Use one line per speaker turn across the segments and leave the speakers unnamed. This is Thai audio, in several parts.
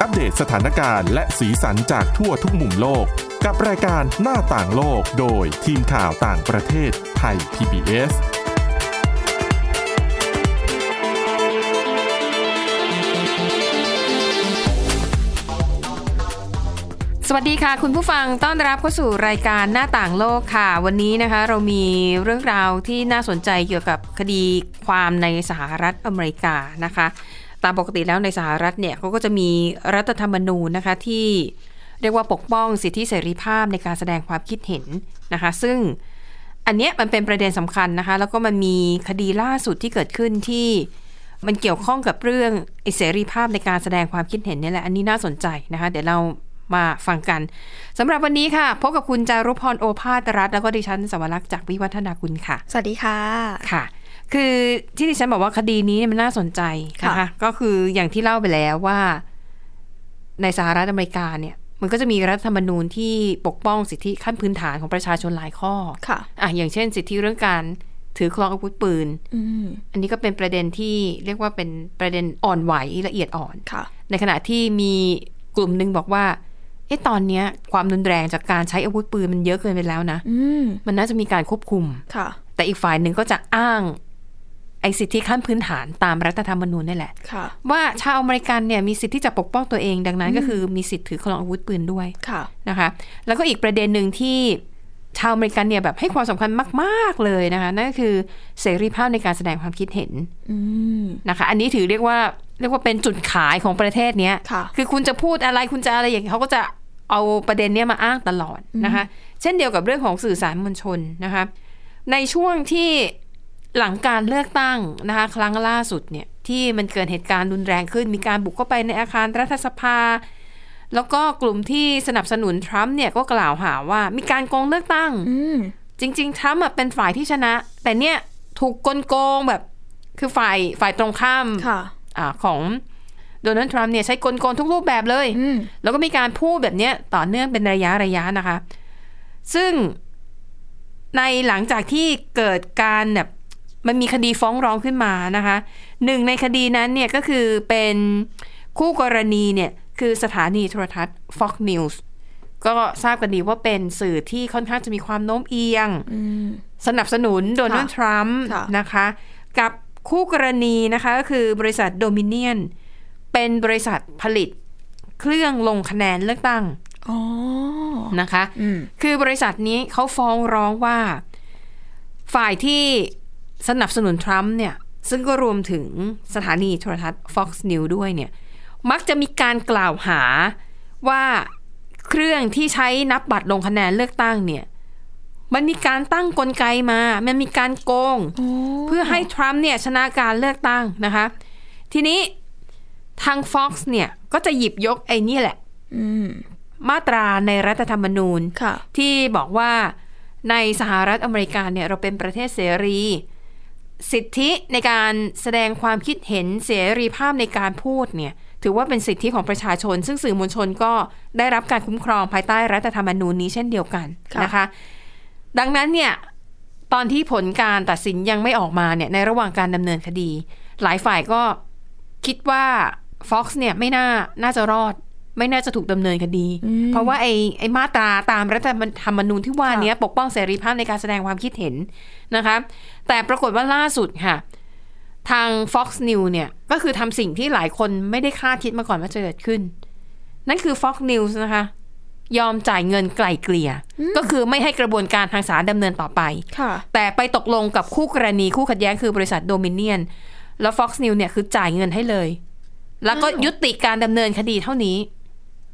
อัปเดตสถานการณ์และสีสันจากทั่วทุกมุมโลก กับรายการหน้าต่างโลกโดยทีมข่าวต่างประเทศไทย PBS
สวัสดีค่ะ คุณผู้ฟังต้อนรับเข้าสู่รายการหน้าต่างโลกค่ะ วันนี้นะคะ เรามีเรื่องราวที่น่าสนใจเกี่ยวกับคดีความในสหรัฐอเมริกานะคะ ตามปกติแล้วในสหรัฐเนี่ยเขาก็จะมีรัฐธรรมนูญนะคะที่เรียกว่าปกป้องสิทธิเสรีภาพในการแสดงความคิดเห็นนะคะ ซึ่ง อันเนี้ยมันเป็นประเด็นสำคัญนะคะ แล้วก็มันมีคดีล่าสุดที่เกิดขึ้นที่มันเกี่ยวข้องกับเรื่องไอ้เสรีภาพในการแสดงความคิดเห็นเนี่ยแหละ อันนี้น่าสนใจนะคะ เดี๋ยวเรามาฟังกันสำหรับวันนี้ค่ะ พบกับคุณจารุพรโอภาสรัฐ แล้วก็ดิฉันสวรักษ์จากวิวัฒนาคุณค่ะ
สวัสดีค่ะ
ค่ะ คือที่ดิฉันบอกว่าคดีนี้เนี่ยมันน่าสนใจนะคะ
ค่ะ
ก็คืออย่างที่เล่าไปแล้วว่า ในสหรัฐอเมริกาเนี่ย มันก็จะมีรัฐธรรมนูญที่ปกป้องสิทธิขั้นพื้นฐานของประชาชนหลายข้อ
ค่ะ
อ่ะอย่างเช่น สิทธิเรื่องการถือครองอาวุธปืน
อืม
อันนี้ก็เป็นประเด็นที่เรียกว่าเป็นประเด็นอ่อนไหวละเอียดอ่อน
ค่ะ
ในขณะที่มีกลุ่มหนึ่งบอกว่าเอ๊ะตอนเนี้ยความรุนแรงจากการใช้อาวุธปืนมันเยอะเกินไปแล้วนะ
อืม
มันน่าจะมีการควบคุม
ค่ะ
แต่อีกฝ่ายหนึ่งก็จะอ้างไอ้สิทธิขั้นพื้นฐานตามรัฐธรรมนูญนี่แหละ
ค่ะ
ว่าชาวอเมริกันเนี่ยมีสิทธิที่จะปกป้องตัวเองดังนั้น ก็คือมีสิทธิถือครองอาวุธปืนด้วย
ค่ะ
นะคะแล้วก็อีกประเด็นหนึ่งที่ชาวอเมริกันเนี่ยแบบให้ความสำคัญมาก ๆ เลยนะคะนั่นก็คือเสรีภาพในการแสดงความคิดเห็น
อืม
นะคะอันนี้ถือเรียกว่าเรียกว่าเป็นจุดขายของประเทศเนี้ย
ค่ะ
อคุณจะพูดอะไรคุณจะอะไรอย่างเขาก็จะเอาประเด็นเนี้ยมาอ้างตลอดนะคะเช่นเดียวกับเรื่องของสื่อสารมวลชนนะคะในช่วงที่หลังการเลือกตั้งนะคะครั้งล่าสุดเนี่ยที่มันเกิดเหตุการณ์รุนแรงขึ้น มีการบุกเข้าไปในอาคารรัฐสภา แล้วก็กลุ่มที่สนับสนุนทรัมป์เนี่ยก็กล่าวหาว่ามีการโกงเลือกตั้ง
อืม
จริง ๆทรัมป์อะเป็นฝ่ายที่ชนะ แต่เนี่ยถูกกลโกงแบบคือฝ่ายฝ่ายตรงข้าม
ค่ะ
อาของโดนัลด์ทรัมป์เนี่ยใช้กลโกงทุกรูปแบบเลย
อืม
แล้วก็มีการพูดแบบเนี้ยต่อเนื่องเป็นระยะระยะนะคะ ซึ่งในหลังจากที่เกิดการแบบมันมีคดีฟ้องร้องขึ้นมานะคะหนึ่งในคดีนั้นเนี่ยก็คือเป็นคู่กรณีเนี่ยคือสถานีโทรทัศน์ Fox News ก็ทราบกันดีว่าเป็นสื่อที่ค่อนข้างจะมีความโน้มเอียง
อืม
สนับสนุนโดนัลด์ทรัมป์
ค่ะ
นะคะ กับคู่กรณีนะคะก็คือบริษัทโดมิเนียน เป็นบริษัทผลิตเครื่องลงคะแนนเลือกตั้ง
อ๋อ
นะคะ
อืม
คือบริษัทนี้เขาฟ้องร้องว่าฝ่ายที่สนับสนุนทรัมป์เนี่ย ซึ่งก็รวมถึงสถานีโทรทัศน์ Fox News ด้วยเนี่ย มักจะมีการกล่าวหาว่าเครื่องที่ใช้นับบัตรลงคะแนนเลือกตั้งเนี่ย มันมีการตั้งกลไกมา มันมีการโกง
โอ้
เพื่อให้ทรัมป์เนี่ยชนะการเลือกตั้งนะคะ ทีนี้ทาง Fox เนี่ยก็จะหยิบยกไอ้นี่แหละ
อืม
มาตราในรัฐธรรมนูญ
ค่ะ
ที่บอกว่าในสหรัฐอเมริกาเนี่ยเราเป็นประเทศเสรี สิทธิในการแสดงความคิดเห็นเสรีภาพในการพูดเนี่ยถือว่าเป็นสิทธิของประชาชน ซึ่งสื่อมวลชนก็ได้รับการคุ้มครองภายใต้รัฐธรรมนูญนี้เช่นเดียวกัน
ค่ะ
นะคะ ดังนั้นเนี่ยตอนที่ผลการตัดสินยังไม่ออกมาเนี่ยในระหว่างการดำเนินคดี หลายฝ่ายก็คิดว่า Fox เนี่ยไม่น่าน่าจะรอด ไม่น่าจะถูกดำเนินคดี
อืม
เพราะว่าไอ้ไอ้มาตราตามรัฐธรรมนูญที่ว่าเนี้ยปกป้องเสรีภาพในการแสดงความคิดเห็นนะคะ แต่ปรากฏว่าล่าสุดค่ะ ทาง Fox News เนี่ยก็คือทำสิ่งที่หลายคนไม่ได้คาดคิดมาก่อนว่าจะเกิดขึ้น นั่นคือ Fox News นะคะ ยอมจ่ายเงินไกล่เกลี่ย ก็คือไม่ให้กระบวนการทางศาลดำเนินต่อไป
ค่ะ
แต่ไปตกลงกับคู่กรณีคู่ขัดแย้งคือบริษัทโดมิเนียน แล้ว Fox News เนี่ยคือจ่ายเงินให้เลย แล้วก็
อ้าว
ยุติการดำเนินคดีเท่านี้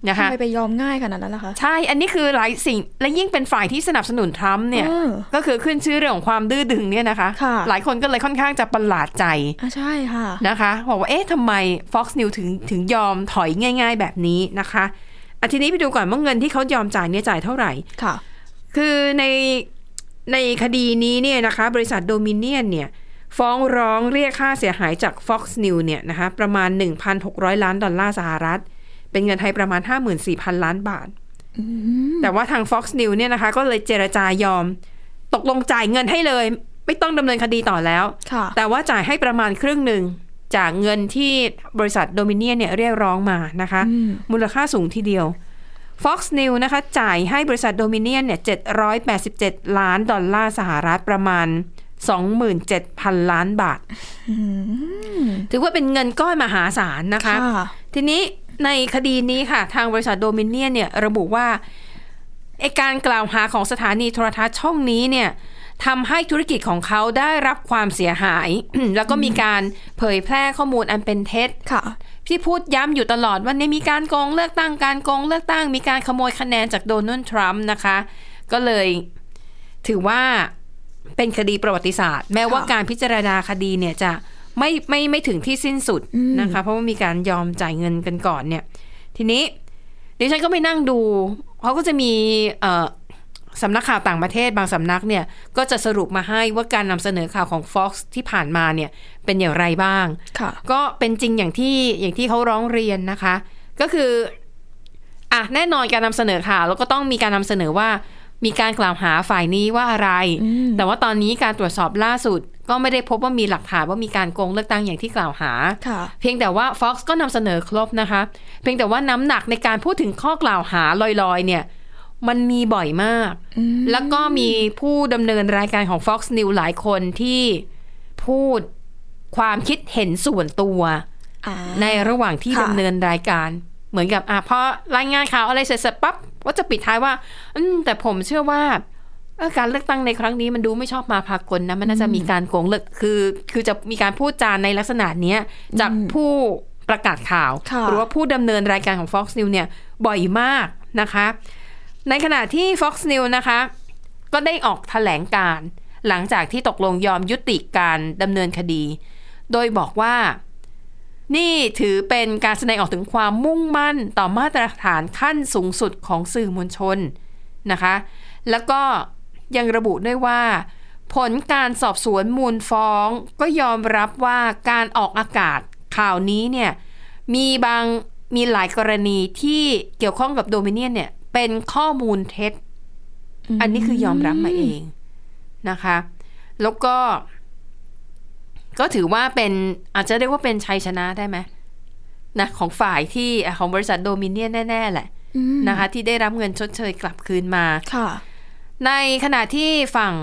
นะคะ
ทำไมไปยอมง่ายขนาดนั้นล่ะคะ
ใช่ อันนี้คือหลายสิ่ง และยิ่งเป็นฝ่ายที่สนับสนุนทรัมป์เนี่ย
ออ
ก็คือขึ้นชื่อเรื่องของความดื้อดึงเนี่ยนะคะ
ค่ะ
หลายคนก็เลยค่อนข้างจะประหลาดใจ
อ่ะใช่ค่ะ
นะคะ บอกว่า เอ๊ะทำไม Fox News ถึงถึงยอมถอยง่าย ๆ แบบนี้นะคะอะทีนี้ไปดูก่อนว่าเงินที่เขายอมจ่ายเนี่ยจ่ายเท่าไหร่
ค่ะ
คือในในคดีนี้เนี่ยนะคะ บริษัทโดมิเนียนเนี่ยฟ้องร้องเรียกค่าเสียหายจาก Fox News เนี่ยนะคะประมาณ 1,600 ล้านดอลลาร์สหรัฐ เป็นเงินไทยประมาณ 54,000 ล้านบาท แต่ว่าทาง Fox News เนี่ยนะคะก็เลยเจรจายอม ตกลงจ่ายเงินให้เลย ไม่ต้องดำเนินคดีต่อแล้ว
ค่ะ
แต่ว่าจ่ายให้ประมาณครึ่งหนึ่ง จากเงินที่บริษัทโดมิเนียเนี่ยเรียกร้องมานะคะ
อืม
มูลค่าสูงทีเดียว Fox News นะคะ จ่ายให้บริษัทโดมิเนียนเนี่ย787 ล้านดอลลาร์สหรัฐประมาณ 27,000 ล้านบาท
อืม
ถือว่าเป็นเงินก้อนมหาศาลนะคะ ทีนี้ในคดีนี้ค่ะ ทางบริษัทโดมิเนียนเนี่ยระบุว่าไอการกล่าวหาของสถานีโทรทัศน์ช่องนี้เนี่ยทำให้ธุรกิจของเขาได้รับความเสียหาย แล้วก็มีการเผยแพร่ข้อมูลอันเป็นเท็จ
ค่ะ
ที่พูดย้ำอยู่ตลอดว่าเนี่ยมีการโกงเลือกตั้งการโกงเลือกตั้ง มีการขโมยคะแนนจากโดนัลด์ทรัมป์นะคะ ก็เลยถือว่าเป็นคดีประวัติศาสตร์ แม้ว่า
ค่ะ
การพิจารณาคดีเนี่ยจะไม่ไม่ไม่ถึงที่สิ้นสุด
อืม
นะคะ เพราะว่ามีการยอมจ่ายเงินกันก่อนเนี่ย ทีนี้ดิฉันก็ไปนั่งดูเขาก็จะมีเอ่อสำนักข่าวต่างประเทศบางสำนักเนี่ย ก็จะสรุปมาให้ว่าการนำเสนอข่าวของ Fox ที่ผ่านมาเนี่ยเป็นอย่างไรบ้าง
ค่ะ
ก็เป็นจริงอย่างที่อย่างที่เขาร้องเรียนนะคะ ก็คืออ่ะแน่นอนการนำเสนอข่าวแล้วก็ต้องมีการนำเสนอว่า มีการกล่าวหาฝ่ายนี้ว่าอะไร
อืม
แต่ว่าตอนนี้การตรวจสอบล่าสุด ก็ไม่ได้พบว่ามีหลักฐานว่ามีการโกงเลือกตั้งอย่างที่กล่าวหา
ค่ะ
เพียงแต่ว่า Fox ก็นำเสนอครบนะคะ เพียงแต่ว่าน้ำหนักในการพูดถึงข้อกล่าวหาลอยๆ เนี่ย มันมีบ่อยมาก
อืม
แล้วก็มีผู้ดำเนินรายการของ Fox News หลายคนที่พูดความคิดเห็นส่วนตัว
อ่า
ในระหว่างที่
ค่ะ
ดำเนินรายการ เหมือนกับอ่ะพอรายงานข่าวอะไรเสร็จสับปั๊บก็จะปิดท้ายว่า อืมแต่ผมเชื่อว่าเอ่อการเลือกตั้งในครั้งนี้มันดูไม่ชอบมาพากลนะ มันน่าจะมีการโกงเลือกคือ คือจะมีการพูดจานในลักษณะเนี้ยจากผู้ประกาศข่าว
ค่ะ
หรือว่าผู้ดำเนินรายการของ Fox News เนี่ยบ่อยมากนะคะ ในขณะที่ Fox News นะคะ ก็ได้ออกแถลงการ หลังจากที่ตกลงยอมยุติการดำเนินคดี โดยบอกว่า นี่ถือเป็นการแสดงออกถึงความมุ่งมั่นต่อมาตรฐานขั้นสูงสุดของสื่อมวลชนนะคะ แล้วก็ยังระบุด้วยว่า ผลการสอบสวนมูลฟ้อง ก็ยอมรับว่าการออกอากาศข่าวนี้เนี่ยมีบางมีหลายกรณีที่เกี่ยวข้องกับโดมิเนียนเนี่ยเป็นข้อมูลเท็จ อันนี้คือยอมรับมาเองนะคะ แล้วก็ ก็ถือว่าเป็นอาจจะเรียกว่าเป็นชัยชนะได้ไหมนะของฝ่ายที่อ่ะของบริษัทโดมิเนียนแน่ ๆ แหละ
อืม
นะคะ ที่ได้รับเงินชดเชยกลับคืนมา
ค่ะ
ในขณะที่ฝั่ง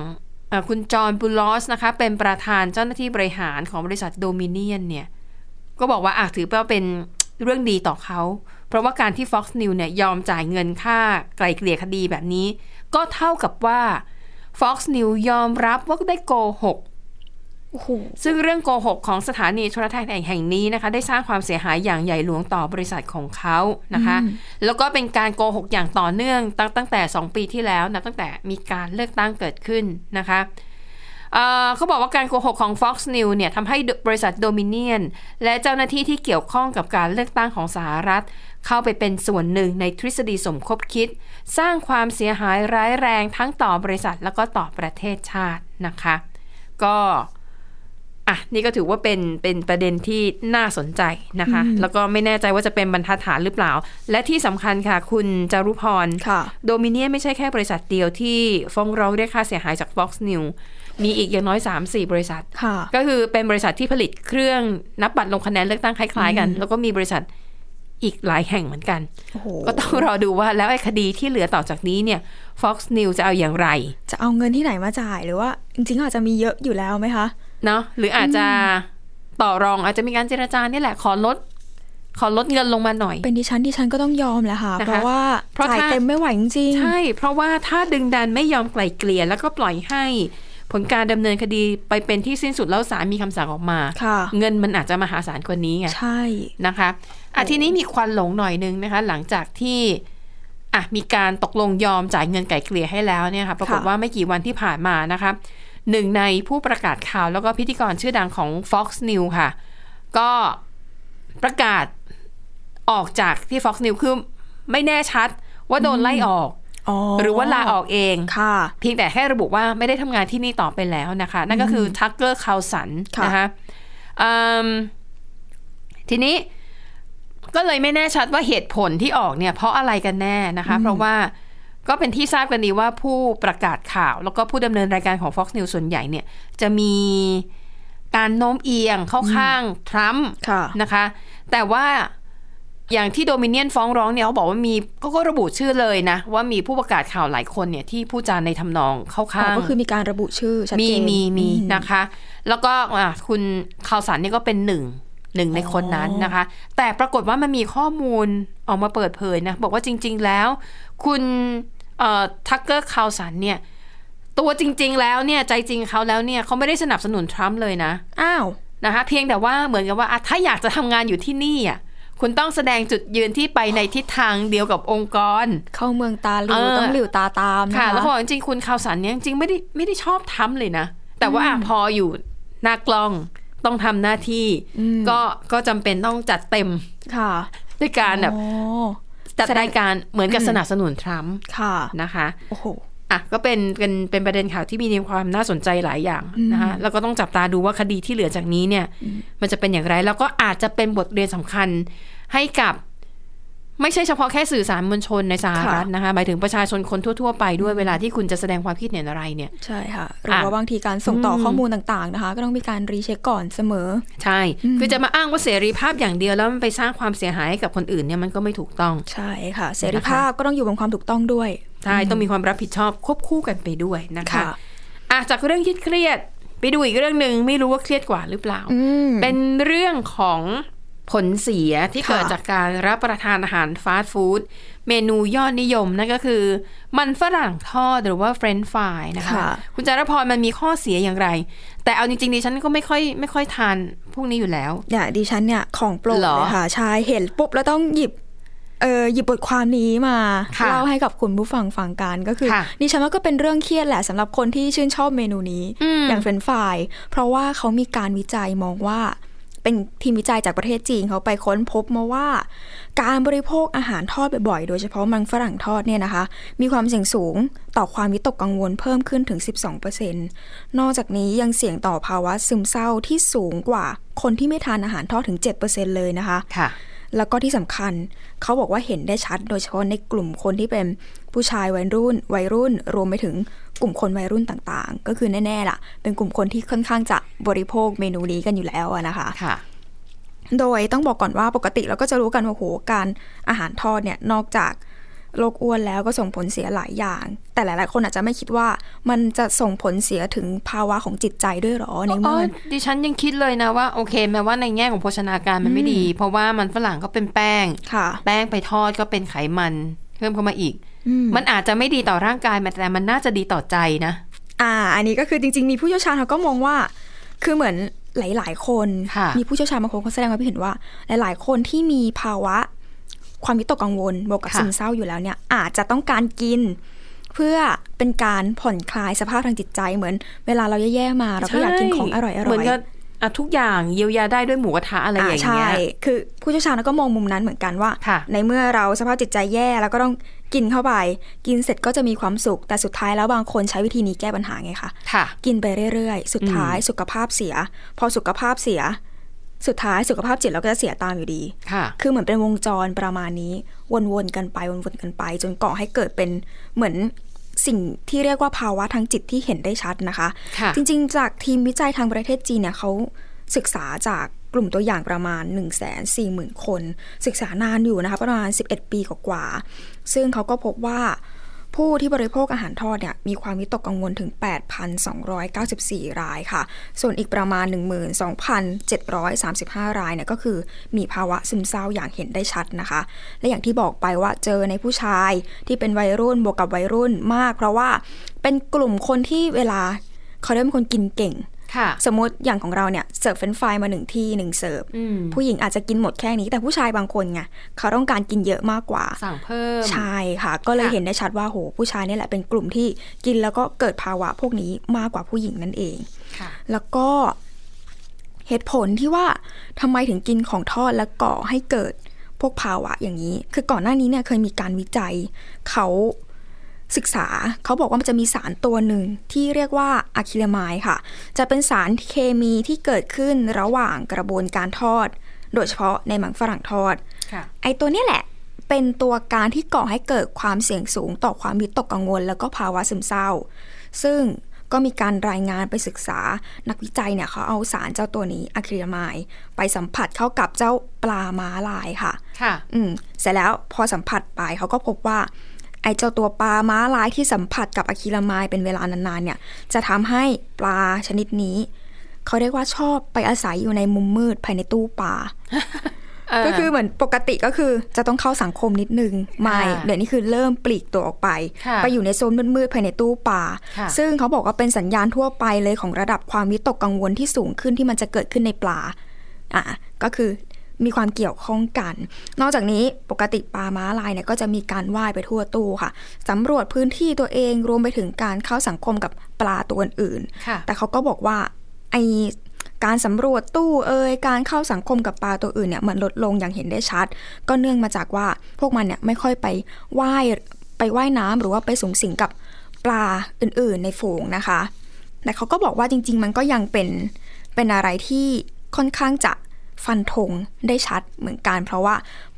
เอ่อคุณจอห์นบูลอสนะคะ เป็นประธานเจ้าหน้าที่บริหารของบริษัทโดมิเนียนเนี่ย ก็บอกว่าอาจถือว่าเป็นเรื่องดีต่อเขา เพราะว่าการที่ Fox News เนี่ยยอมจ่ายเงินค่าไกลเกลี่ยคดีแบบนี้ ก็เท่ากับว่า Fox News ยอมรับว่าได้โกหก
โอ้โห
ซึ่งเรื่องโกหกของสถานีโทรทัศน์แห่งนี้นะคะ ได้สร้างความเสียหายอย่างใหญ่หลวงต่อบริษัทของเขานะคะ
อืม
แล้วก็เป็นการโกหกอย่างต่อเนื่องตั้งตั้งแต่ 2 ปีที่แล้วนะตั้งแต่มีการเลือกตั้งเกิดขึ้นนะคะเอ่อเขาบอกว่าการโกหกของ Fox News เนี่ยทำให้บริษัทโดมิเนียนและเจ้าหน้าที่ที่เกี่ยวข้องกับการเลือกตั้งของสหรัฐ เข้าไปเป็นส่วนหนึ่งในทฤษฎีสมคบคิด สร้างความเสียหายร้ายแรงทั้งต่อบริษัทแล้วก็ต่อประเทศชาตินะคะ ก็ อ่ะนี่ก็ถือว่าเป็นเป็นประเด็นที่น่าสนใจนะคะ
อืม
แล้วก็ไม่แน่ใจว่าจะเป็นบรรทัดฐานหรือเปล่า และที่สำคัญค่ะ คุณจารุพร
ค่ะ
โดมิเนียนไม่ใช่แค่บริษัทเดียวที่ฟ้องร้องเรียกค่าเสียหายจาก Fox News มีอีกอย่างน้อย 3-4 บริษัท
ค่ะ
ก็คือเป็นบริษัทที่ผลิตเครื่องนับบัตรลงคะแนนเลือกตั้งคล้ายๆกัน แล้วก็มีบริษัทอีกหลายแห่งเหมือนกัน
โอ้โห
ก็ต้องรอดูว่าแล้วไอ้คดีที่เหลือต่อจากนี้เนี่ย Fox News จะเอาอย่างไร
จะเอาเงินที่ไหนมาจ่ายหรือว่า จริงๆอาจจะมีเยอะอยู่แล้วไหมคะ
เนาะหรืออาจจะต่อรองอาจจะมีการเจรจาเนี่ยแหละขอลด ขอลดเงินลงมาหน่อย
เป็นดิฉันดิฉันก็ต้องยอมแหละค่ะ
นะคะ
เพราะว่า
เพราะ
จ่าย
ถ้า
เต็มไม่ไหวจริงๆ
ใช่ เพราะว่าถ้าดึงดันไม่ยอมไกลเกลี่ยแล้วก็ปล่อยให้ผลการดำเนินคดีไปเป็นที่สิ้นสุดแล้วศาลมีคำสั่งออกมา
ค่ะ
เงินมันอาจจะมหาศาลกว่านี้ไง
ใช่
นะคะอ่ะทีนี้มีควันหลงหน่อยนึงนะคะ หลังจากที่อ่ะมีการตกลงยอมจ่ายเงินไก่เกลี่ยให้แล้วเนี่ยค่ะปรากฏ
ค่ะ
ว่าไม่กี่วันที่ผ่านมานะคะหนึ่งในผู้ประกาศข่าวแล้วก็พิธีกรชื่อดังของ Fox News ค่ะ ก็ประกาศออกจากที่ Fox News คือไม่แน่ชัดว่าโดนไล่ออก
อ๋อ
หรือว่าลาออกเอง
ค่ะ
เพียงแต่แค่ระบุว่าไม่ได้ทำงานที่นี่ต่อไปแล้วนะคะ นั่นก็คือทักเกอร์คาวสัน
ค่ะ
นะคะเอิ่มทีนี้ก็เลยไม่แน่ชัดว่าเหตุผลที่ออกเนี่ย เพราะอะไรกันแน่นะคะ เพราะว่าก็เป็นที่ทราบกันดีว่าผู้ประกาศข่าว แล้วก็ผู้ดำเนินรายการของ Fox News ส่วนใหญ่เนี่ย จะมี การโน้มเอียงเข้าข้างทรัมป์
ค่ะ
นะคะ แต่ว่าอย่างที่โดมิเนียนฟ้องร้องเนี่ยเขาบอกว่ามีเขาก็ระบุชื่อเลยนะ ว่ามีผู้ประกาศข่าวหลายคนเนี่ยที่พูดจาในทำนองเข้า
อ๋
ข้า
อง ก็คือมีการระบุชื่อชัด
มี
เจน
มีมี
อื
นะคะ แล้วก็อ่ะคุณข่าวสารเนี่ยก็เป็นหนึ่งหนึ่งในคนนั้นนะคะ แต่ปรากฏว่ามันมีข้อมูลออกมาเปิดเผยนะ บอกว่าจริง ๆแล้ว คุณทักเกอร์ข่าวสารเนี่ยตัวจริง ๆ แล้วเนี่ยใจจริงเขาแล้วเนี่ยเขาไม่ได้สนับสนุนทรัมป์เลยนะ
อ้าว
นะคะเพียงแต่ว่าเหมือนกับว่าอ่ะถ้าอยากจะทำงานอยู่ที่นี่อ่ะคุณต้องแสดงจุดยืนที่ไปในทิศทางเดียวกับองค์กร
เข้าเมืองตาหลิ
เอ
ว
อ
ต้องหลิวตาตามนะ
ค่ะ
คะ
แล้วพอกว่าจริงๆคุณข่าวสารเนี้ยจริงๆไม่ได้ไม่ได้ชอบทำเลยนะ แต่ว่าอ่ะพออยู่หน้ากล้องต้องทำหน้าที่ ก็ก็จำเป็นต้องจัดเต็ม
ค่ะ
ด้วยการแบบ
อ๋อ
จัด
แสดง
รายการเหมือนกับสนับสนุนทรัมป์
ค่ะ
นะคะ
โอ้โห
อ่ะก็เป็นเป็นเป็นประเด็นข่าวที่มีความน่าสนใจหลายอย่างนะคะแล้วก็ต้องจับตาดูว่าคดีที่เหลือจากนี้เนี่ย มันจะเป็นอย่างไร แล้วก็อาจจะเป็นบทเรียนสำคัญให้กับ ไม่ใช่เฉพาะแค่สื่อสารมวลชนในสหรัฐ
ค่ะ
นะคะหมายถึงประชาชนคนทั่ว ๆ ไปด้วยเวลาที่คุณจะแสดงความคิดเห็นอะไรเนี่ย
ใช่ค่ะหรือ
อ่ะ
ว่าบางทีการส่งต่ออข้อมูลต่างๆนะคะ ก็ต้องมีการรีเช็คก่อนเสมอ
ใช่ คือจะมาอ้างว่าเสรีภาพอย่างเดียวแล้วมันไปสร้างความเสียหายให้กับคนอื่นเนี่ยมันก็ไม่ถูกต้อง
ใช่ค่ะ เสรีภาพก็ต้องอยู่บนความถูกต้องด้วย
ใช่ ต้องมีความรับผิดชอบควบคู่กันไปด้วยนะคะ
ค่ะ
อ่ะจากเรื่องเครียดๆไปดูอีกเรื่องหนึ่งไม่รู้ว่าเครียดกว่าหรือเปล่า
อืม
เป็นเรื่องของผลเสียที่
ค่ะ
เกิดจากการรับประทานอาหารฟาสต์ฟู้ดเมนูยอดนิยมนั่นก็คือ มันฝรั่งทอดหรือว่าเฟรนช์ฟรายนะคะ
ค่ะ
คุณจารพรมันมีข้อเสียอย่างไร แต่เอาจริงๆดิฉันก็ไม่ค่อยไม่ค่อยทานพวกนี้อยู่แล้ว
เนี่ยดิฉันเนี่ยของโปรด
เหรอ
เลยค่ะใช่เห็นปุ๊บแล้วต้องหยิบเออหยิบบทความนี้มา
ค่ะ
เล่าให้กับคุณผู้ฟังฟังกันก็คือ
ค่ะ
ดิฉันว่าก็เป็นเรื่องเครียดแหละสำหรับคนที่ชื่นชอบเมนูนี้
อืม
อย่างเฟรนช์ฟรายเพราะว่าเขามีการวิจัยมองว่า เป็นทีมวิจัยจากประเทศจีนเขาไปค้นพบมาว่า การบริโภคอาหารทอดบ่อยๆ โดยเฉพาะมันฝรั่งทอดเนี่ยนะคะ มีความเสี่ยงสูงต่อความวิตกกังวลเพิ่มขึ้นถึง 12%นอกจากนี้ยังเสี่ยงต่อภาวะซึมเศร้าที่สูงกว่าคนที่ไม่ทานอาหารทอดถึง 7%เลยนะคะ
ค่ะ
แล้วก็ที่สำคัญเขาบอกว่าเห็นได้ชัดโดยเฉพาะในกลุ่มคนที่เป็นผู้ชายวัยรุ่น วัยรุ่น รวมไปถึงกลุ่มคนวัยรุ่นต่างๆ ก็คือแน่ๆล่ะ เป็นกลุ่มคนที่ค่อนข้างจะบริโภคเมนูนี้กันอยู่แล้วอะนะคะ
ค่ะ
โดยต้องบอกก่อนว่าปกติเราก็จะรู้กันว่าโหการอาหารทอดเนี่ยนอกจากโรคอ้วนแล้วก็ส่งผลเสียหลายอย่าง แต่หลายๆ คนอาจจะไม่คิดว่ามันจะส่งผลเสียถึงภาวะของจิตใจด้วยเหรอใน
เอ
เมื่อ
อ
มัน
ดิฉันยังคิดเลยนะว่าโอเคแม้ว่าในแง่ของโภชนาการมันไม่ดี เพราะว่ามันฝรั่งก็เป็นแป้ง
ค่ะ
แป้งไปทอดก็เป็นไขมันเพิ่มเข้ามาอีก
อืม
มันอาจจะไม่ดีต่อร่างกายแต่มันน่าจะดีต่อใจนะ
อ่า อันนี้ก็คือจริงๆ มีผู้เชี่ยวชาญเขาก็มองว่า คือเหมือนหลาย ๆ คน
ค่ะ
มีผู้เชี่ยวชาญบางคนเขาแสดงความคิดเห็นว่า หลาย ๆ คนที่มีภาวะ ความวิตกกังวลบวกกับซึมเศร้าอยู่แล้วเนี่ย อาจจะต้องการกิน เพื่อเป็นการผ่อนคลายสภาพทางจิตใจเหมือน เวลาเราแย่ๆมาเราก็อยากกินของอร่อยๆ
เหมือนกับอ่ะทุกอย่างเยียวยาได้ด้วยหมูกระทะอะไรอย่างเงี้ย
ใช่ คือผู้เชี่ยวชาญก็มองมุมนั้นเหมือนกันว่า
ค่ะ
ในเมื่อเราสภาพจิตใจแย่แล้วก็ต้องกินเข้าไป กินเสร็จก็จะมีความสุข แต่สุดท้ายแล้วบางคนใช้วิธีนี้แก้ปัญหาไงคะ
ค่ะ
กินไปเรื่อยๆ สุดท้ายสุขภาพเสีย พอสุขภาพเสีย สุดท้ายสุขภาพจิตเราก็จะเสียตามอยู่ดี
ค่ะ
คือเหมือนเป็นวงจรประมาณนี้ วนๆกันไปวนๆกันไป จนก่อให้เกิดเป็นเหมือนสิ่งที่เรียกว่าภาวะทางจิตที่เห็นได้ชัดนะคะ
ค่ะ
จริง ๆ จากทีมวิจัยทางประเทศจีนเนี่ยเขาศึกษาจากกลุ่มตัวอย่างประมาณ 1 4 0 0 0 0 คน ศึกษานานอยู่นะคะประมาณ 11 ปีกว่าๆซึ่งเขาก็พบว่าผู้ที่บริโภคอาหารทอดเนี่ยมีความวิตกกังวลถึง 8,294 รายค่ะ ส่วนอีกประมาณ 12,735 รายเนี่ยก็คือมีภาวะซึมเศร้าอย่างเห็นได้ชัดนะคะ และอย่างที่บอกไปว่าเจอในผู้ชายที่เป็นวัยรุ่นบวกกับวัยรุ่นมาก เพราะว่าเป็นกลุ่มคนที่เวลา เขาเรียกเป็นคนกินเก่ง
ค่ะ
สมมติอย่างของเราเนี่ยเสิร์ฟเฟรนช์ฟรายมาหนึ่งที่หนึ่งเสิร์ฟ
อืม
ผู้หญิงอาจจะกินหมดแค่นี้แต่ผู้ชายบางคนไงเขาต้องการกินเยอะมากกว่า
สั่งเพิ่ม
ใช่ค่ะ ก็เลย
ค่ะ
เห็นได้ชัดว่าโหผู้ชายเนี่ยแหละเป็นกลุ่มที่กินแล้วก็เกิดภาวะพวกนี้มากกว่าผู้หญิงนั่นเอง
ค่ะ
แล้วก็เหตุผลที่ว่าทำไมถึงกินของทอดและก่อให้เกิดพวกภาวะอย่างนี้ คือก่อนหน้านี้เนี่ยเคยมีการวิจัยเขาศึกษาเขาบอกว่ามันจะมีสารตัวหนึ่งที่เรียกว่าอะคริลามายค่ะ จะเป็นสารเคมีที่เกิดขึ้นระหว่างกระบวนการทอด โดยเฉพาะในหมังฝรั่งทอด
ค่ะ
ไอตัวเนี่ยแหละ เป็นตัวการที่ก่อให้เกิดความเสี่ยงสูงต่อความวิตกกังวล แล้วก็ภาวะซึมเศร้า ซึ่ง ก็มีการรายงานไปศึกษา นักวิจัยเนี่ยเขาเอาสารเจ้าตัวนี้อะคริลามายด์ไปสัมผัสเข้ากับเจ้าปลาม้าลายค่ะ
ค่ะ
อืมเสร็จแล้วพอสัมผัสไปเขาก็พบว่า ไอ้เจ้าตัวปลาม้าลายที่สัมผัสกับอะคริลามายด์เป็นเวลานานๆเนี่ย จะทำให้ปลาชนิดนี้ เขาเรียกว่าชอบไปอาศัยอยู่ในมุมมืดภายในตู้ปลา
เออ
ก็คือเหมือนปกติก็คือจะต้องเข้าสังคมนิดนึงไม่
ค่ะ
เดี๋ยวนี้คือเริ่มปลีกตัวออกไป
ค่ะ
ไปอยู่ในโซนมืดๆภายในตู้ปลา
ค่ะ
ซึ่งเขาบอกว่าเป็นสัญญาณทั่วไปเลยของระดับความวิตกกังวลที่สูงขึ้นที่มันจะเกิดขึ้นในปลาอ่ะก็คือมีความเกี่ยวข้องกัน นอกจากนี้ปกติปลาม้าลายเนี่ยก็จะมีการว่ายไปทั่วตู้ค่ะสำรวจพื้นที่ตัวเองรวมไปถึงการเข้าสังคมกับปลาตัวอื่นๆ
ค่ะ
แต่เขาก็บอกว่าไอการสำรวจตู้เอ่ยการเข้าสังคมกับปลาตัวอื่นเนี่ยมันลดลงอย่างเห็นได้ชัด ก็เนื่องมาจากว่าพวกมันเนี่ยไม่ค่อยไปว่ายไปว่ายน้ำหรือว่าไปสูงสิงกับปลาอื่นๆในฝูงนะคะ แต่เขาก็บอกว่าจริง ๆ มันก็ยังเป็นเป็นอะไรที่ค่อนข้างจะฟันธงได้ชัดเหมือนกัน เพราะว่า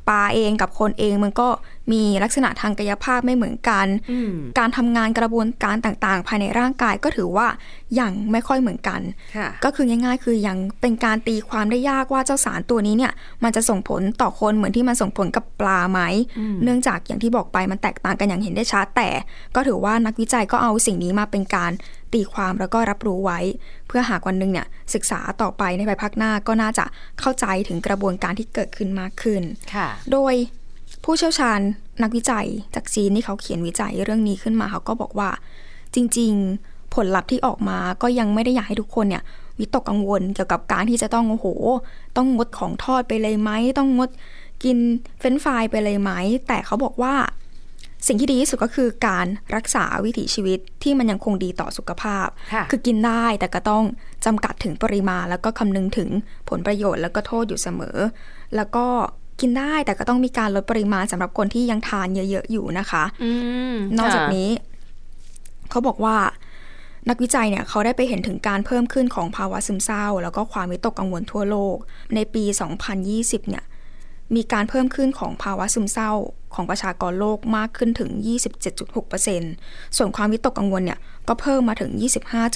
ปลาเองกับคนเองมันก็มีลักษณะทางกายภาพไม่เหมือนกัน
อืม
การทำงานกระบวนการต่างๆ ภายในร่างกายก็ถือว่ายังไม่ค่อยเหมือนกัน
ค่ะ
ก็คือง่ายๆ คือยังเป็นการตีความได้ยากว่าเจ้าสารตัวนี้เนี่ยมันจะส่งผลต่อคนเหมือนที่มันส่งผลกับปลาไหม
อืม
เนื่องจากอย่างที่บอกไปมันแตกต่างกันอย่างเห็นได้ชัดแต่ ก็ถือว่านักวิจัยก็เอาสิ่งนี้มาเป็นการตีความแล้วก็รับรู้ไว้ เพื่อหากวันหนึ่งเนี่ยศึกษาต่อไปในภายภาคหน้าก็น่าจะเข้าใจถึงกระบวนการที่เกิดขึ้นมากขึ้น
ค่ะ
โดยผู้เชี่ยวชาญนักวิจัยจากจีนที่เขาเขียนวิจัยเรื่องนี้ขึ้นมาเขาก็บอกว่า จริงๆ ผลลัพธ์ที่ออกมาก็ยังไม่ได้อยากให้ทุกคนเนี่ยวิตกกังวลเกี่ยวกับการที่จะต้องโอ้โห ต้องงดของทอดไปเลยไหมต้องงดกินเฟรนช์ฟรายไปเลยไหม แต่เขาบอกว่า สิ่งที่ดีที่สุดก็คือการรักษาวิถีชีวิตที่มันยังคงดีต่อสุขภาพ
ค่ะ
คือกินได้แต่ก็ต้องจำกัดถึงปริมาณ แล้วก็คำนึงถึงผลประโยชน์แล้วก็โทษอยู่เสมอ แล้วก็กินได้แต่ก็ต้องมีการลดปริมาณสำหรับคนที่ยังทานเยอะๆอยู่นะคะ
อืม
นอกจาก
ค่ะ
นี้ เขาบอกว่านักวิจัยเนี่ยเขาได้ไปเห็นถึงการเพิ่มขึ้นของภาวะซึมเศร้า แล้วก็ความวิตกกังวลทั่วโลก ในปี 2020 เนี่ยมีการเพิ่มขึ้นของภาวะซึมเศร้าของประชากรโลกมากขึ้นถึง 27.6%ส่วนความวิตกกังวลเนี่ยก็เพิ่มมาถึง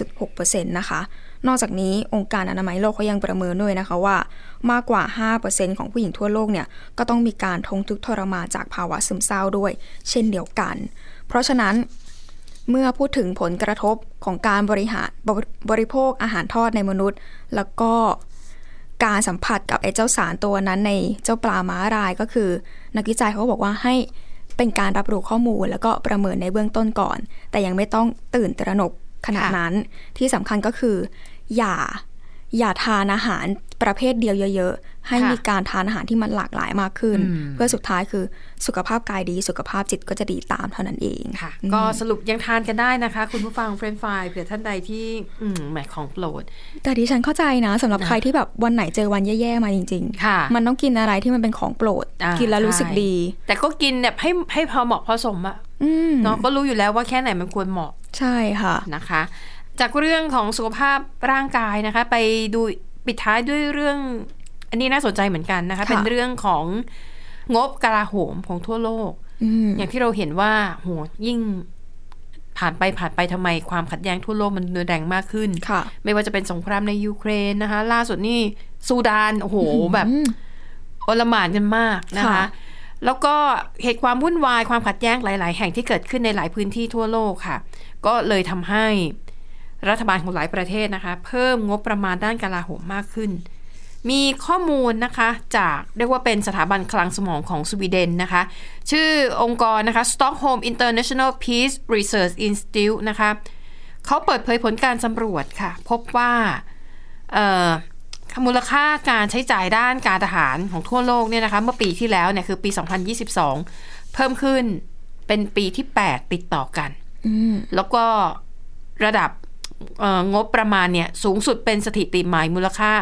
25.6%นะคะ นอกจากนี้องค์การอนามัยโลกเขายังประเมินด้วยนะคะว่ามากกว่า 5%ของผู้หญิงทั่วโลกเนี่ยก็ต้องมีการทงทุกข์ทรมานจากภาวะซึมเศร้าด้วย เช่นเดียวกัน เพราะฉะนั้น เมื่อพูดถึงผลกระทบของการบริหารบริบริโภคอาหารทอดในมนุษย์ แล้วก็การสัมผัสกับไอ้เจ้าสารตัวนั้นในเจ้าปลาม้ารายก็คือ นักวิจัยเขาก็บอกว่าให้เป็นการรับรู้ข้อมูล แล้วก็ประเมินในเบื้องต้นก่อน แต่ยังไม่ต้องตื่นตระหนกขนาดนั้น ที่สำคัญก็คือ อย่าอย่าทานอาหารประเภทเดียวเยอะ ๆ ให้มีการทานอาหารที่มันหลากหลายมากขึ้น เพื่อสุดท้ายคือสุขภาพกายดีสุขภาพจิตก็จะดีตามเท่านั้นเอง
ค่ะ
อืม
ก็สรุปยังทานกันได้นะคะ คุณผู้ฟังเฟรนฟรายเผื่อท่านใดที่อืมแหมของโปรด
แต่ดิฉันเข้าใจนะสำหรับ
นะ
ใครที่แบบวันไหนเจอวันแย่ๆมาจริง
ค่ะ
ๆ มันต้องกินอะไรที่มันเป็นของโปรด
อ่ากิ
กินแล้วรู้สึก
ใช่
ดี
แต่ก็กินแบบให้ให้พอเหมาะพอสมอะ
อืม
เนาะก็รู้อยู่แล้วว่าแค่ไหนมันควรเหมาะ
ใช่ค่ะ
นะคะ จากเรื่องของสุขภาพร่างกายนะคะ ไปดูปิดท้ายด้วยเรื่อง อันนี้น่าสนใจเหมือนกันนะคะ
ค่ะ
เป็นเรื่องของงบกลาโหมของทั่วโลก
อืม
อย่างที่เราเห็นว่าโหยิ่งผ่านไปผ่านไปทำไมความขัดแย้งทั่วโลกมันรุนแรงมากขึ้น
ค่ะ
ไม่ว่าจะเป็นสงครามในยูเครนนะคะ ล่าสุดนี่ซูดานโอ้โหแบบ
อืม
โอลหมานกันมากนะคะ
ค่ะ
แล้วก็เหตุความวุ่นวายความขัดแย้งหลาย ๆ แห่งที่เกิดขึ้นในหลายพื้นที่ทั่วโลกค่ะ ก็เลยทำให้รัฐบาลของหลายประเทศนะคะ เพิ่มงบประมาณด้านกลาโหมมากขึ้น มีข้อมูลนะคะจากเรียกว่าเป็นสถาบันคลังสมองของสวีเดนนะคะ ชื่อองค์กรนะคะ Stockholm International Peace Research Institute นะคะเขาเปิดเผยผลการสำรวจค่ะ พบว่า เอ่อมูลค่าการใช้จ่ายด้านการทหารของทั่วโลกเนี่ยนะคะ เมื่อปีที่แล้วเนี่ยคือปี 2022 เพิ่มขึ้นเป็นปีที่ 8 ติดต่อกัน
อืม
แล้วก็ระดับเอ่องบประมาณเนี่ยสูงสุดเป็นสถิติใหม่มูลค่า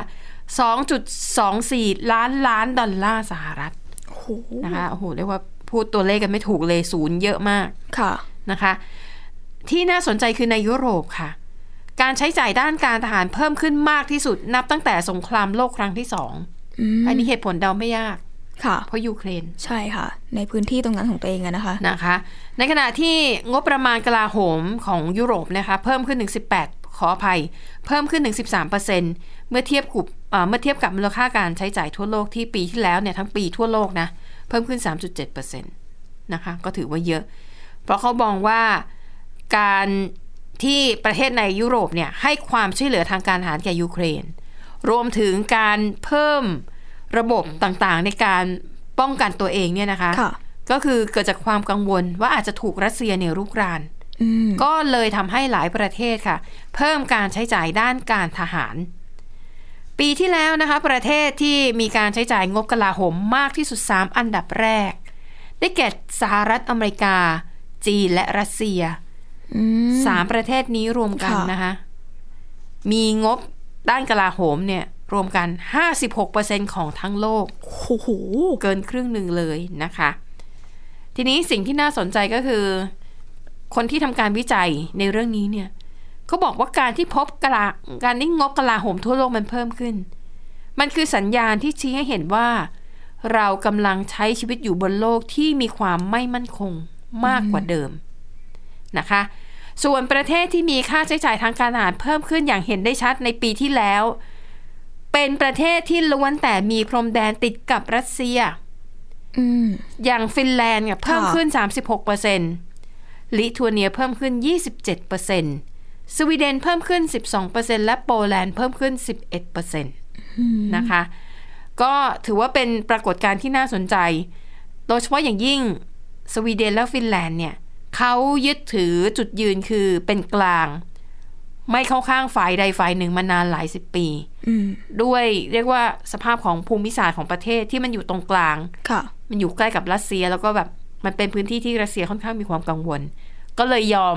2.24 ล้านล้านดอลลาร์สหรัฐ
โอ้โห
นะคะโอ้โหเรียกว่าพูดตัวเลขกันไม่ถูกเลยศูนย์เยอะมาก
ค่ะ
นะคะ ที่น่าสนใจคือในยุโรปค่ะ การใช้จ่ายด้านการทหารเพิ่มขึ้นมากที่สุด นับตั้งแต่สงครามโลกครั้งที่สอง
อืม
อันนี้เหตุผลเดาไม่ยาก
ค่ะ
เพราะยูเครน
ใช่ค่ะ ในพื้นที่ตรงนั้นของตัวเองอะนะคะ
นะคะ ในขณะที่งบประมาณกลาโหมของยุโรปนะคะเพิ่มขึ้นถึง18 ขออภัย เพิ่มขึ้นถึง 13 เมื่อเทียบกับเอ่อเมื่อเทียบกับมูลค่าการใช้จ่ายทั่วโลกที่ปีที่แล้วเนี่ยทั้งปีทั่วโลกนะเพิ่มขึ้น 3.7%นะคะก็ถือว่าเยอะ เพราะเขามองว่าการที่ประเทศในยุโรปเนี่ยให้ความช่วยเหลือทางการทหารแก่ยูเครน รวมถึงการเพิ่มระบบต่างๆ ในการป้องกันตัวเองเนี่ยนะคะ
ค่ะ
ก็คือเกิดจากความกังวลว่าอาจจะถูกรัสเซียเนี่ยรุกราน
อืม
ก็เลยทำให้หลายประเทศค่ะ เพิ่มการใช้จ่ายด้านการทหาร ปีที่แล้วนะคะ ประเทศที่มีการใช้จ่ายงบกลาโหมมากที่สุด 3 อันดับแรก ได้แก่สหรัฐอเมริกา จีนและรัสเซีย
อืม
สามประเทศนี้รวมกัน
ค่ะ
นะคะ มีงบด้านกลาโหมเนี่ยรวมกัน 56%ของทั้งโลก
โอ้โห
เกินครึ่งหนึ่งเลยนะคะ ทีนี้สิ่งที่น่าสนใจก็คือ คนที่ทำการวิจัยในเรื่องนี้เนี่ยก็บอกว่าการที่พบกลาการที่งบกลาโหมทั่วโลกมันเพิ่มขึ้น มันคือสัญญาณที่ชี้ให้เห็นว่า เรากำลังใช้ชีวิตอยู่บนโลกที่มีความไม่มั่นคงมากกว่าเดิมนะคะ ส่วนประเทศที่มีค่าใช้จ่ายทางการทหารเพิ่มขึ้นอย่างเห็นได้ชัดในปีที่แล้ว เป็นประเทศที่ล้วนแต่มีพรมแดนติดกับรัสเซีย
อืม
อย่างฟินแลนด์เนี่ยเพิ่ม
ค่ะ
ขึ้น 36%ลิทัวเนียเพิ่มขึ้น 27%สวีเดนเพิ่มขึ้น 12%และโปแลนด์เพิ่มขึ้น 11%นะคะ ก็ถือว่าเป็นปรากฏการณ์ที่น่าสนใจ โดยเฉพาะอย่างยิ่งสวีเดนและฟินแลนด์เนี่ยเขายึดถือจุดยืนคือเป็นกลาง ไม่เข้าข้างฝ่ายใดฝ่ายหนึ่งมานานหลายสิบปี
อืม
ด้วยเรียกว่าสภาพของภูมิศาสตร์ของประเทศที่มันอยู่ตรงกลาง
ค่ะ
มันอยู่ใกล้กับรัสเซียแล้วก็แบบมันเป็นพื้นที่ที่รัสเซียค่อนข้างมีความกังวล ก็เลยยอม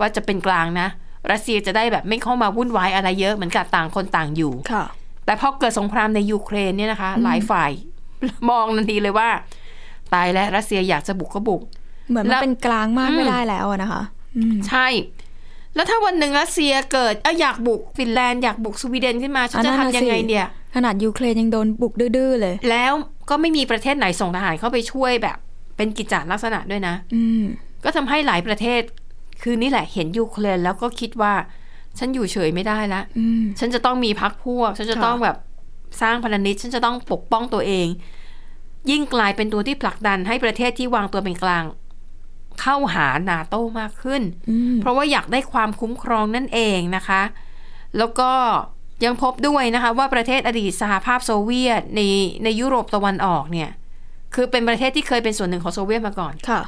ว่าจะเป็นกลางนะ รัสเซียจะได้แบบไม่เข้ามาวุ่นวายอะไรเยอะเหมือนกับต่างคนต่างอยู่
ค่ะ
แต่พอเกิดสงครามในยูเครนเนี่ยนะคะ หลายฝ่าย มองทันทีเลยว่า ตายแล้วรัสเซียอยากจะบุกก็บุก
เหมือน
แล้
มัน
ว
เป็นกลางมาก
อืม
ไม่ได้แล้วอะนะคะ อืม
ใช่ แล้วถ้าวันหนึ่งรัสเซียเกิดเอยอยากบุกฟินแลนด์อยากบุกสวีเดนขึ้นมาฉันจะ
อ่ะนั่นน่ะ
ทำยังไง
สิ
เนี่ย
ขนาดยูเครนยังโดนบุกดื้อๆเลย
แล้วก็ไม่มีประเทศไหนส่งทหารเข้าไปช่วยแบบ เป็นกิจจาลักษณะด้วยนะ
อืม
ก็ทำให้หลายประเทศ คือนี่แหละเห็นยูเครนแล้วก็คิดว่า ฉันอยู่เฉยไม่ได้ละ
อืม
ฉันจะต้องมีพักพวก ฉันจะ
ค่ะ
ต้องแบบสร้างพันธมิตรฉันจะต้องปกป้องตัวเอง ยิ่งกลายเป็นตัวที่ผลักดันให้ประเทศที่วางตัวเป็นกลาง เข้าหานาโต้มากขึ้น
อืม
เพราะว่าอยากได้ความคุ้มครองนั่นเองนะคะ แล้วก็ยังพบด้วยนะคะว่าประเทศอดีตสหภาพโซเวียตในในยุโรปตะวันออกเนี่ย คือเป็นประเทศที่เคยเป็นส่วนหนึ่งของโซเวียตมาก่อน
ค่ะ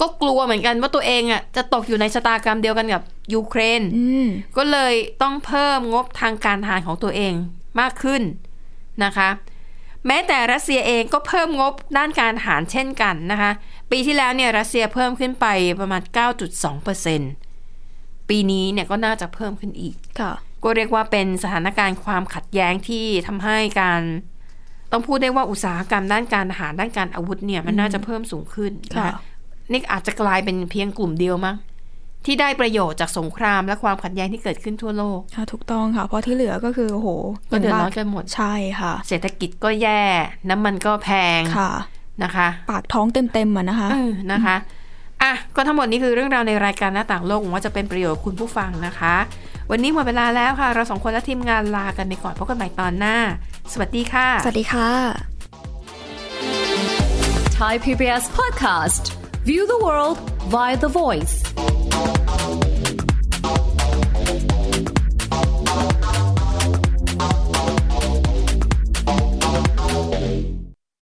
ก็กลัวเหมือนกันว่าตัวเองอ่ะจะตกอยู่ในชะตากรรมเดียวกันกับยูเครน
อืม
ก็เลยต้องเพิ่มงบทางการทหารของตัวเองมากขึ้นนะคะ แม้แต่รัสเซียเองก็เพิ่มงบด้านการทหารเช่นกันนะคะ ปีที่แล้วเนี่ยรัสเซียเพิ่มขึ้นไปประมาณ 9.2%ปีนี้เนี่ยก็น่าจะเพิ่มขึ้นอีก
ค่ะ
ก็เรียกว่าเป็นสถานการณ์ความขัดแย้งที่ทำให้การ ต้องพูดได้ว่าอุตสาหกรรมด้านการทหารด้านการอาวุธเนี่ยมันน่าจะเพิ่มสูงขึ้นน
ค่ะ
นี่อาจจะกลายเป็นเพียงกลุ่มเดียวมั้งที่ได้ประโยชน์จากสงครามและความขัดแย้งที่เกิดขึ้นทั่วโลก
ค่ะ ถูกต้องค่ะ เพราะที่เหลือก็คือโอ้โห
ก็เดือดร้อน
ย่าง
กันหมด
บ้าใช่ค่ะ
เศรษฐกิจก็แย่ น้ำมันก็แพง
ค่ะ
นะคะ
ปากท้องเต็มๆอะนะคะ
เออนะคะอ่ะก็ทั้งหมดนี้คือเรื่องราวในรายการหน้าต่างโลกหวังว่าจะเป็นประโยชน์กับคุณผู้ฟังนะคะ วันนี้หมดเวลาแล้วค่ะ เราสองคนและทีมงานลากันไปก่อนพบกันใหม่ตอนหน้า สวัสดีค่ะ
สวัสดีค่ะ
Thai PBS podcast. View the world via the voice.